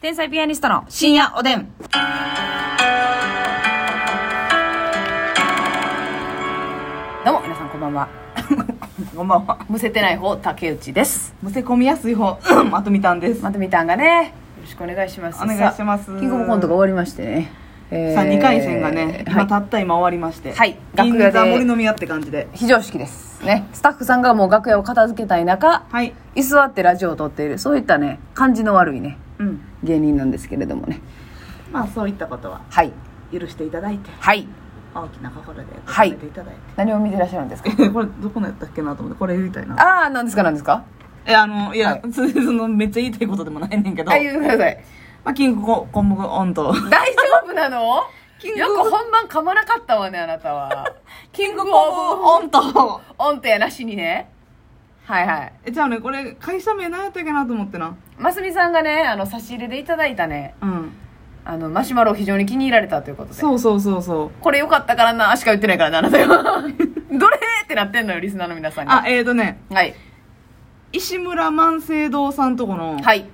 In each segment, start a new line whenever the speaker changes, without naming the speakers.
天才ピアニストの深夜おでん。
どうも皆さんこんばんは
こんばんは。
むせてない方竹内です
むせ込みやすい方、まとみたんです。
まとみたんがねよろしくお願いします
お願いします
さあキングオブコントが終わりましてね、え
さあ、2回戦がね、
は
今
い
たった今終わりまして。
はい
銀
楽屋
座
で
森の宮って感じで。
非常識ですねスタッフさんがもう楽屋を片付けたい中
はい。
居座ってラジオを撮っているそういったね感じの悪いね
うん。
芸人なんですけれどもね
まあ、そういったことは
はい
許していただいて、
はい
大きな心で受け
はい
止めていただい
何を見てらっしゃるんですか
て。これ、どこのやったっけなと思って、これ言いたいな。
ああ何ですか何ですか
え、あの、いや
は、
そその、めっちゃ言いたいことでもないねんけど
あ、言ってください
まあ、キングココングオンと、
大丈夫なの
キング
よく本番噛まなかったわねあなたは
キングコングオンと、
オンとやなしにねはいはい
え、じゃあね、これ、会社名何やったっけなと思ってな。
ますみさんがねあの差し入れでいただいたね
うん。
あのマシュマロを非常に気に入られたということで
そうそうそうそう。
これ良かったからなしか言ってないからなあなたは どれってなってんのよリスナーの皆さん
あ
が、
えーとね、
はい
石村万世堂さんとこの、
はい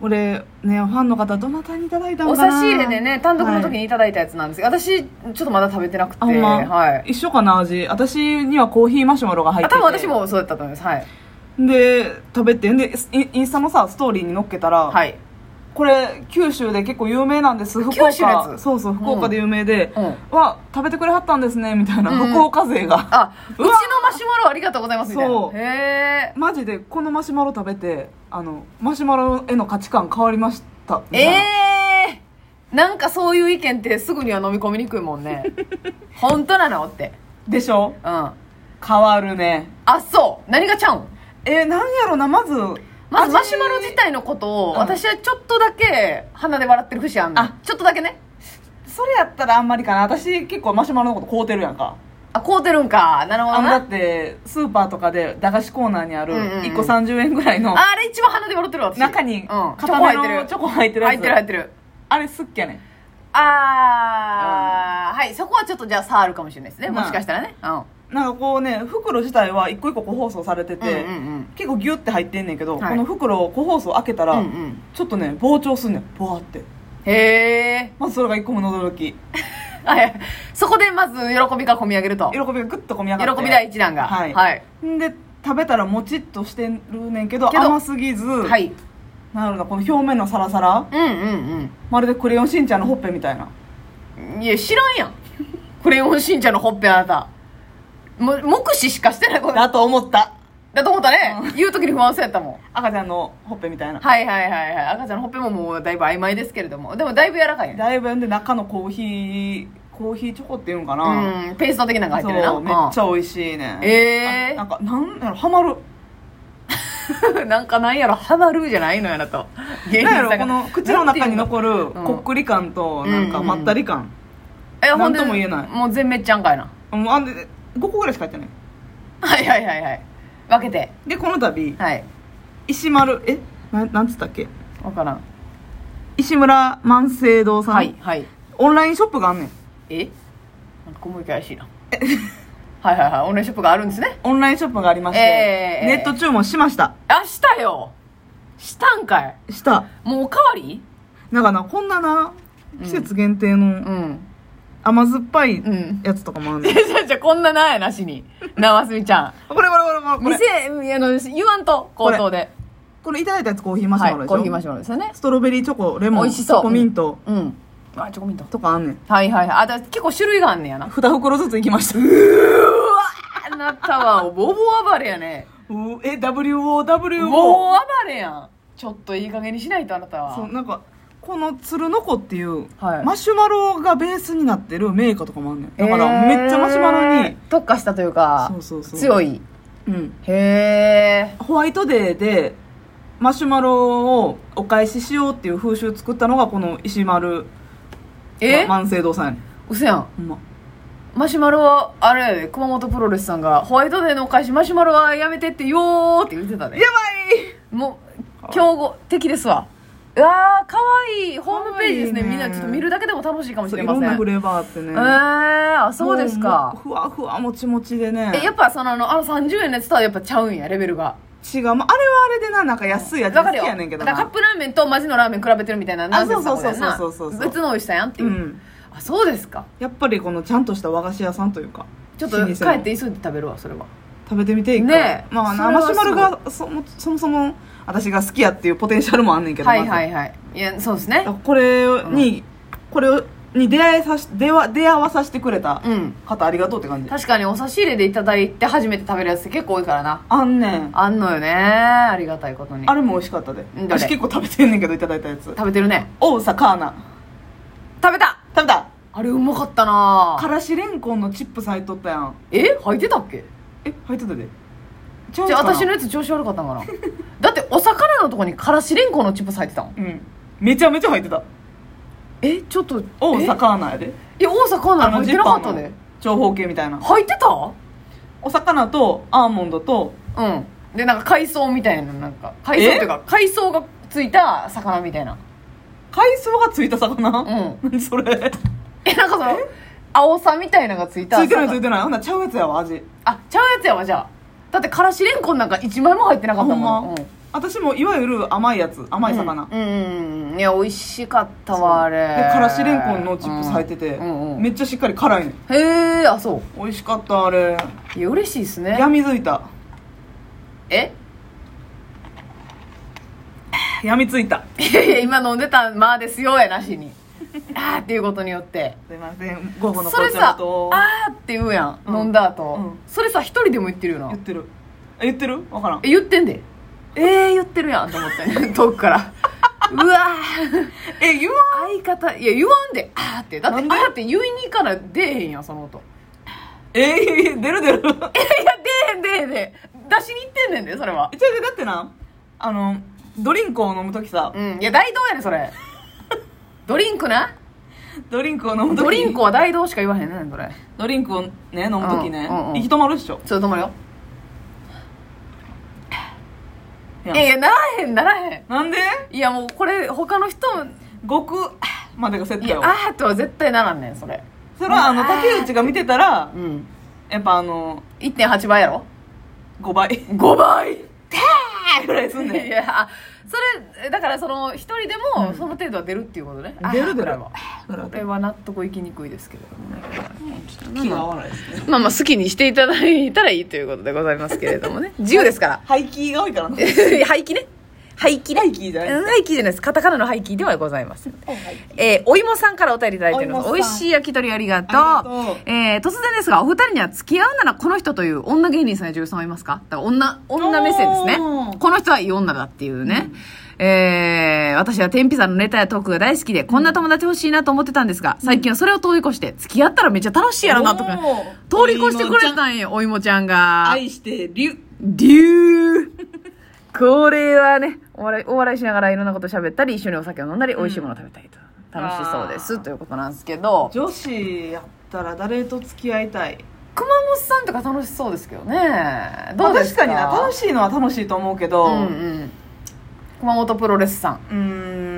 これねファンの方どなたにいただいたの
お
か
差
な
し入れでね単独の時
はい
にいただいたやつなんですけど、私ちょっとまだ食べてなくて
あほんま、
はい
一緒かな味私にはコーヒーマシュマロが入っ
あ
てて
多分私もそうだったと思いますはい
で食べてんでインインスタのさストーリーに載っけたら、
はい
これ九州で結構有名なんです福岡
九州のやつ
そうそう福岡で有名で、
うん
は食べてくれはったんですねみたいな、
うんうん
福岡勢が
あうち
う
の
わ
マシュマロありがとうございますみたいな
そう
へ
マジでこのマシュマロ食べてあのマシュマロへの価値観変わりましたみ
え
たいな
えー、なんかそういう意見ってすぐには飲み込みにくいもんね 本当なのって
でしょ
うん
変わるね
あそう何がちゃうん
えー、なんやろなまず
まず
味
マシュマロ自体のことを、
うん
私はちょっとだけ鼻で笑ってる節あんの
あ
ちょっとだけね
それやったらあんまりかな私結構マシュマロのこと買うてるやんか
あこうてるんかなるほ
あ
ど
のだ
な
ってスーパーとかで駄菓子コーナーにある
うんうんうん
1個30円ぐらいの
ああれ一番鼻で笑ってるわ私
中に
うん、チョコ
固め
入って
の
る
チョコ入ってるや
入
つ
ってる入ってる
あれ好きやねん
あー、はいそこはちょっとじゃあ差あるかもしれないですね
まあ
もしかしたらねうん
なんかこうね袋自体は1個1個個包装されてて、
うんうんうん
結構ギュって入ってんねんけど、
はい
この袋を個包装開けたら、
うんうん
ちょっとね膨張すんねんボワって
へえ
まずそれが1個目の驚き喜
はいそこでまず喜びがこみ上げると
び
喜
がグッとこみ上がって
び第一弾が
はい
はい、
んで食べたらもちっとしてるねんけど
けど
甘すぎず、
はい、
なるほどこの表面のサラサラ
うんうん
まるでクレヨンしんちゃんのほっぺみたいな
うんいや知らんやんクレヨンしんちゃんのほっぺあなたも目視しかしてないこと
だと思った
だと思ったね、言う時に不安そうやったもん
赤ちゃんのほっぺみたいな
はいはいはいはい赤ちゃんのほっぺももうだいぶ曖昧ですけれどもでもだいぶ柔らかいね
だいぶんで中のコーヒーコーヒーチョコっていうんかな、
うんペースト的なのが入
そ
っ
う
てるな
めっちゃ美味しいね
うんえ
あなんかなんやろハマる
ー、なんかなんやろハマるじゃないのやなと芸
なん
さ
やろ
ん
こ
が
の口の中に
なんていう
残る
うん
こっくり感と
うん
なんかまったり感、
えほん
なんとも言えない
もう全滅ちゃんかいな
もうあんで5個ぐらいしか入ってない
はいはいはいはい分けて
でこの度
はい
石丸えななんつったっけ
分からん
石村万世堂さん、
はいはい
オンラインショップがあんねん
えなんか小麦怪しいな はいはいはいオンラインショップがあるんですね
オンラインショップがありまして、
えー
ネット注文しました
あしたよしたんかい
した
もうおかわり
なんかなこんなな
うん
季節限定
う
の
ん
甘酸っぱい
うん
やつとかもあるん
じゃじゃじゃこんななやなしになますみちゃん
これこれこれこれこれ
店あの言わんと口頭で
これいただいたやつコーヒーマシュ
はい
マロでしょ、
コーヒーマシュマロですよね
ストロベリーチョコレモ
美
ン
味しそう
チョコミント
うんあチョコミント
とかあんねん
はいはいはいあだから結構種類があんねやな
2袋ずついきました
あなたはボボ暴れやね
うえ WOW
も
も
う暴れやんちょっといい加減にしないとあなたは
そうなんかこの鶴の子っていう、
はい
マシュマロがベースになってるメーカーとかもあんねんだか
え
ら
ー
めっちゃマシュマロに、
特化したというか
そうそうそう
強い
うん、
へえ
ホワイトデーでマシュマロをお返ししようっていう風習作ったのがこの石丸
え
万世堂さんやねん
うせやん
ほんま
マシュマロはあれやで熊本プロレスさんがホワイトデーのお返しマシュマロはやめてってよーって言ってたね
や
もう強豪的ですわうわーかわいいホームページですね
かわ
み
いい
ん
ね
なちょっと見るだけでも楽しいかもし
ばい
れ
い
ま
ろん
せん
なフ
え
レーバーってね
えー、あそうです
も
か
うふわふわもちもちでね
えやっぱそのあのあの30円のやつとはやっぱちゃうんやレベルが
違う、まあ、あれはあれでななんか安いやつ
わか
好
る
き
よ
やねんけど
だからカッ
な
プラーメンとマジのラーメン比べてるみたいなナンセンスなことやんな
あそうそうそうそうそうそう
別の美味しさやんって
う
いう、
ん
あそうですか
やっぱりこのちゃんとした和菓子屋さんというか
ちょっと
老舗
帰
の
って急いで食べるわそれは
食べてみていいか
ねえ
まあ
そ
な
れは
マ
す
シ
ごい
ュマロがそもそもそも私が好きやっていうポテンシャルもあんねんけど
はいはいいはいいやそうですね
これに、これに出会いさし出わ出会わさせてくれた
うん
方ありがとうって感じ
確かにお差し入れでいただいて初めて食べるやつって結構多いからな
あんねん
あんのよねありがたいことに
あれも美味しかったで
うんどれ
私結構食べてんねんけどいただいたやつ
食べてるね
おうさカーナ
食べた
食べた
あれうまかったな
からしれんこんのチップさ入っとったやん
え入ってたっけ
え入ってたでちゃ
じゃあ私の
ね
やつ調子悪かったんかなだってお魚のとこにからしれんこんのチップス入ってたん
うんめちゃめちゃ入ってた
えちょっと
おう
え
さカーナやで
いや大阪なの入ってなかったで
長方形みたいな
入ってた
お魚とアーモンドと
うんでなんか海藻みたいななんか海藻っていうか海藻がついた魚みたいな
海藻がついた魚、
うん
何それ
えなんかその青さみたいなのが つい
つ
た
いてないつい
て
てないほんならちゃうやつやわ味
あちゃうやつやわじゃあだってからしれんこんなんか1枚も入ってなかった
あ
も
ほ
んな
んま
うん
私もいわゆる甘いやつ甘い魚、
うんうんうんいや美味しかった
そう
わあれ
でからしれんこんのチップス入ってて、
うんうん
めっちゃしっかり辛いね
へえあそ
美味しかったあれ
ういや嬉しいですね
やみついた
え
やみついた
いやいや今飲んでたまあですよやなしに あーっていうことによ って
すいません午後の
それ
紅茶
さ
と
あーって言うやん、
うん
飲んだ後、
うん
それさ一人でも言ってるよな
言ってるえ言ってる分からん
え言ってんでえー、言ってるやんと思って、遠くからうわー
え言わん
相方いや言わんであーってだってあ
なんで
ーって言いにから出えへんやんその 音
えー、出る出
えいや
る
出えへん出えへん出しに行ってんねんでそれは
えちゃうちゃうだってなあのドリンクを飲む時さ
うんいや大道やでそれドリンクな
ドリンクを飲む時
ドリンクは大道しか言わへんねんそれ
ドリンクをね飲む時ね、
うんうんうん
行き止まるっしょ
ちょっと止まるよい
い
やいやならへんならへん
なんで
いやもうこれ他の人も
極までがセッ
い
ト
や
よ
あーとは絶対ならんねんそれ
それはあの
あ
竹内が見てたら
うん
やっぱあの
1.8倍やろ
5倍
5倍
ぐらいすんね
い
ん
やあそれだからその一人でもその程度は出るっていうことね、あー
出る出
これ
る
は
ぐらい
これは納得いきにくいですけれどもね
ちょっと気が合わないですね
まあまあ好きにしていただいたらいいということでございますけれど もね自由ですから
排気が多いからな
廃棄ね廃棄ね
廃棄じゃない
うん廃棄じゃないですカタカナの廃棄ではございませんえーお芋さんからお便りいただいてるんです
お芋
美
さん
味しい焼き鳥ありがとう
ありがとう
えー突然ですがお二人には付き合うならこの人という女芸人さんや女優さんはいますかだから女女目線です
お
ね
ー
この人はいい女だっていうね、えー私は天ピザのネタやトークが大好きでこんな友達欲しいなと思ってたんですが最近はそれを通り越して付き合ったらめっちゃ楽しいやろなとか
おー
通り越してくれたんよお芋ちゃんが
愛してる
竜これはねお笑いお笑いしながらいろんなこと喋ったり一緒にお酒を飲んだり美味しいものを食べたりと、楽しそうですということなんですけど
女子やったら誰と付き合いたい
熊本さんとか楽しそうですけどね
ま
ど
あ
うです
確
か
かにな楽
し
しいのは楽しいと思うけど
うんうん熊本プロレスさん、
うー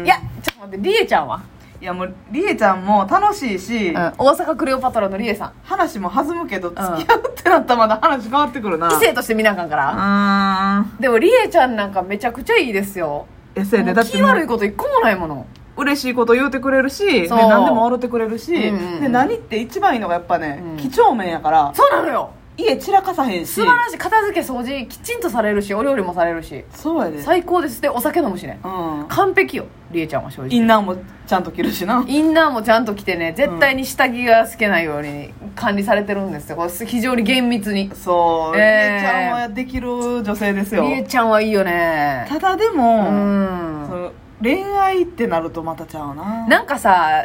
ん
いやちょっと待ってりえちゃんは、
いやもうりえちゃんも楽しいし
うん、大阪クレオパトラのりえさん
話も弾むけど付き合うってなったらまだ話変わってくるな
異性として見なあかんから
あ
でもりえちゃんなんかめちゃくちゃいいですよ
ーえせやね
も
だ
う
って
気
も
悪いうこと一個もないもの
嬉しいこと言うてくれるし、ね、
そう
何でも笑ってくれるし、
うんうんうん
で何って一番いいのがやっぱね、
うん
几帳面やから
そうなのよ
家散らかさへんし
素晴らしい片付け掃除きちんとされるしお料理もされるし
そうやで、
最高ですでお酒飲むしね
うん、
完璧よりえちゃんは正直
インナーもちゃんと着るしな
インナーもちゃんと着てね絶対に下着が透けないように管理されてるんですよこれ非常に厳密に
そう、り
えー
えちゃんはできる女性ですよ
りえちゃんはいいよね
ただで
う
も、そ
ん
の恋愛ってなるとまたちゃうな
なんかさ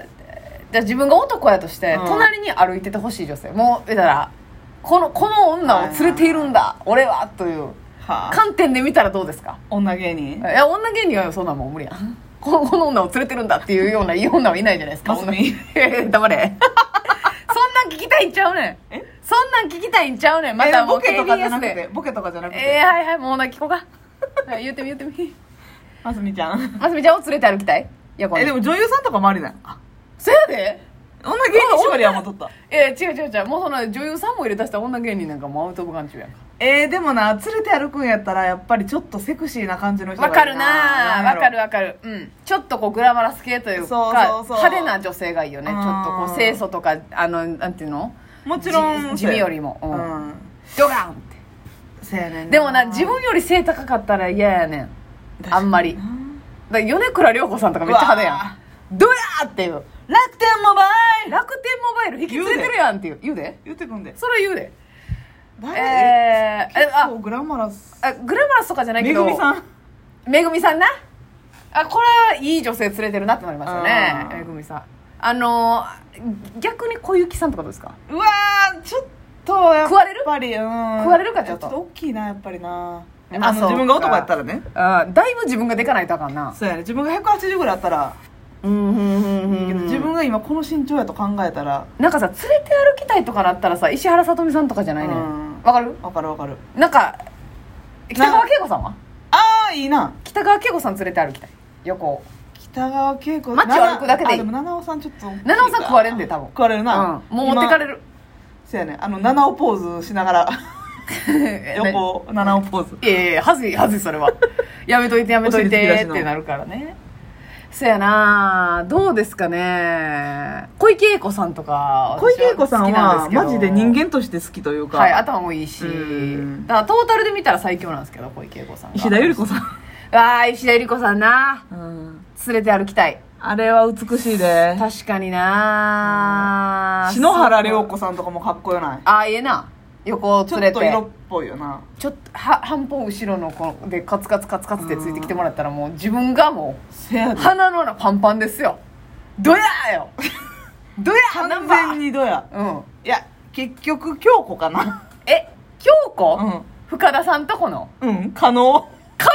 じゃあ自分が男やとして、
うん
隣に歩いててほしい女性もうだからこのこの女を連れているんだ俺はという
はあ、
観点で見たらどうですか
女芸人
いや女芸人はそんなんもう無理や んこのこの女を連れてるんだっていうようないい女はいないじゃないですか
マスミ
女 黙れそんなん聞きたいんちゃうねん
え
そんなん聞きたいんちゃうねんまた
え
もう
ボケとかじゃ
KBS
なく
で
てボケとかじゃなくて、
えー、はいはいもうな聞こうか はい言ってみ言ってみ
ますみちゃん
ますみちゃんを連れて歩きたいいやこ
え
れ
でも女優さんとかもありだよあ
そやで
女芸人縛りはもうとった
いや違う違う違うもうその女優さんも入れ出した女芸人なんかもうアウトオブ眼中やん
えー、でもな連れて歩くんやったらやっぱりちょっとセクシーな感じの人がい
わ
い
かるなわかる
わ
わかる。うん。ちょっとこうグラマラス系というか、
そうそうそう
派手な女性がいいよね。ち
う
ょ
ん
っとこう清楚とか、あの、なんていうの
もちろん
じ地味よりもう
うんん
ドガンって。
せやねん
でもな、自分より背高かったら嫌やねん。あんまり。だから米倉涼子さんとかめっちゃ派手や
うわ
ん。ドヤーっていう。
楽天モバイル
楽天モバイル引き連れてるやんっていう。言うで。
言ってくんで
それ言うで。
誰
えー、え
結
あ
構、グラマラス
あグラマラスとかじゃない
め
け
ぐ
ど。
みさん
めぐみさんなあこれはいい女性連れてるなってなりますよね
あー
めぐみさんあのー逆に小雪さんとかどうですか
うわーちょっとやっ
食われる
ぱりうん食
われるかちょっと
大きいなやっぱりな
あ
あの
そう
自分が男やったらね
あーだいぶ自分がでかないとあかんな
そうやね自分が180ぐらいあったら
うんうんうん
いいけど自分が今この身長やと考えたら
なんかさ連れて歩きたいとかなったらさ石原さとみさんとかじゃないね
うん
わかる
わかるわかる
なんか北川景子さんは
ああいいな
北川景子さん連れて歩きたい横を
北川景子
街を歩くだけでいい
あも七尾さんちょっと
七尾さん食われんで多分
食われるな、
うん、もう持ってかれ
る
る
そうやねあの七尾ポーズしな がら横を七尾ポーズ
いやいやいやはずいはずいそれ はやめといてやめといてってなるからねそやなどうですかね小池栄子さんとか
小池栄子さん
私は
は
好きなん
マ
す
ジ
けど
で人間として好きというか、
はい頭もいいし
うん
だからトータルで見たら最強なんですけど小池栄子さんが
石田ゆり子さん
ああ石田ゆり子さんな
うん
連れて歩きたい
あれは美しいで
確かにな
篠原涼子さんとかもかっこよない
ああええな横を
ちょ
連れ
っと
て
色っぽいよな
ちょっとは半歩後ろのこのでカツカツカツカツってついてきてもらったらもう自分がもう
せやで
鼻の穴パンパンですよドヤーよドヤーナン
完
バ
全にどや
ーうん
いや結局京子かな
え京子、
うん
深田さんとこの
うん可能
可能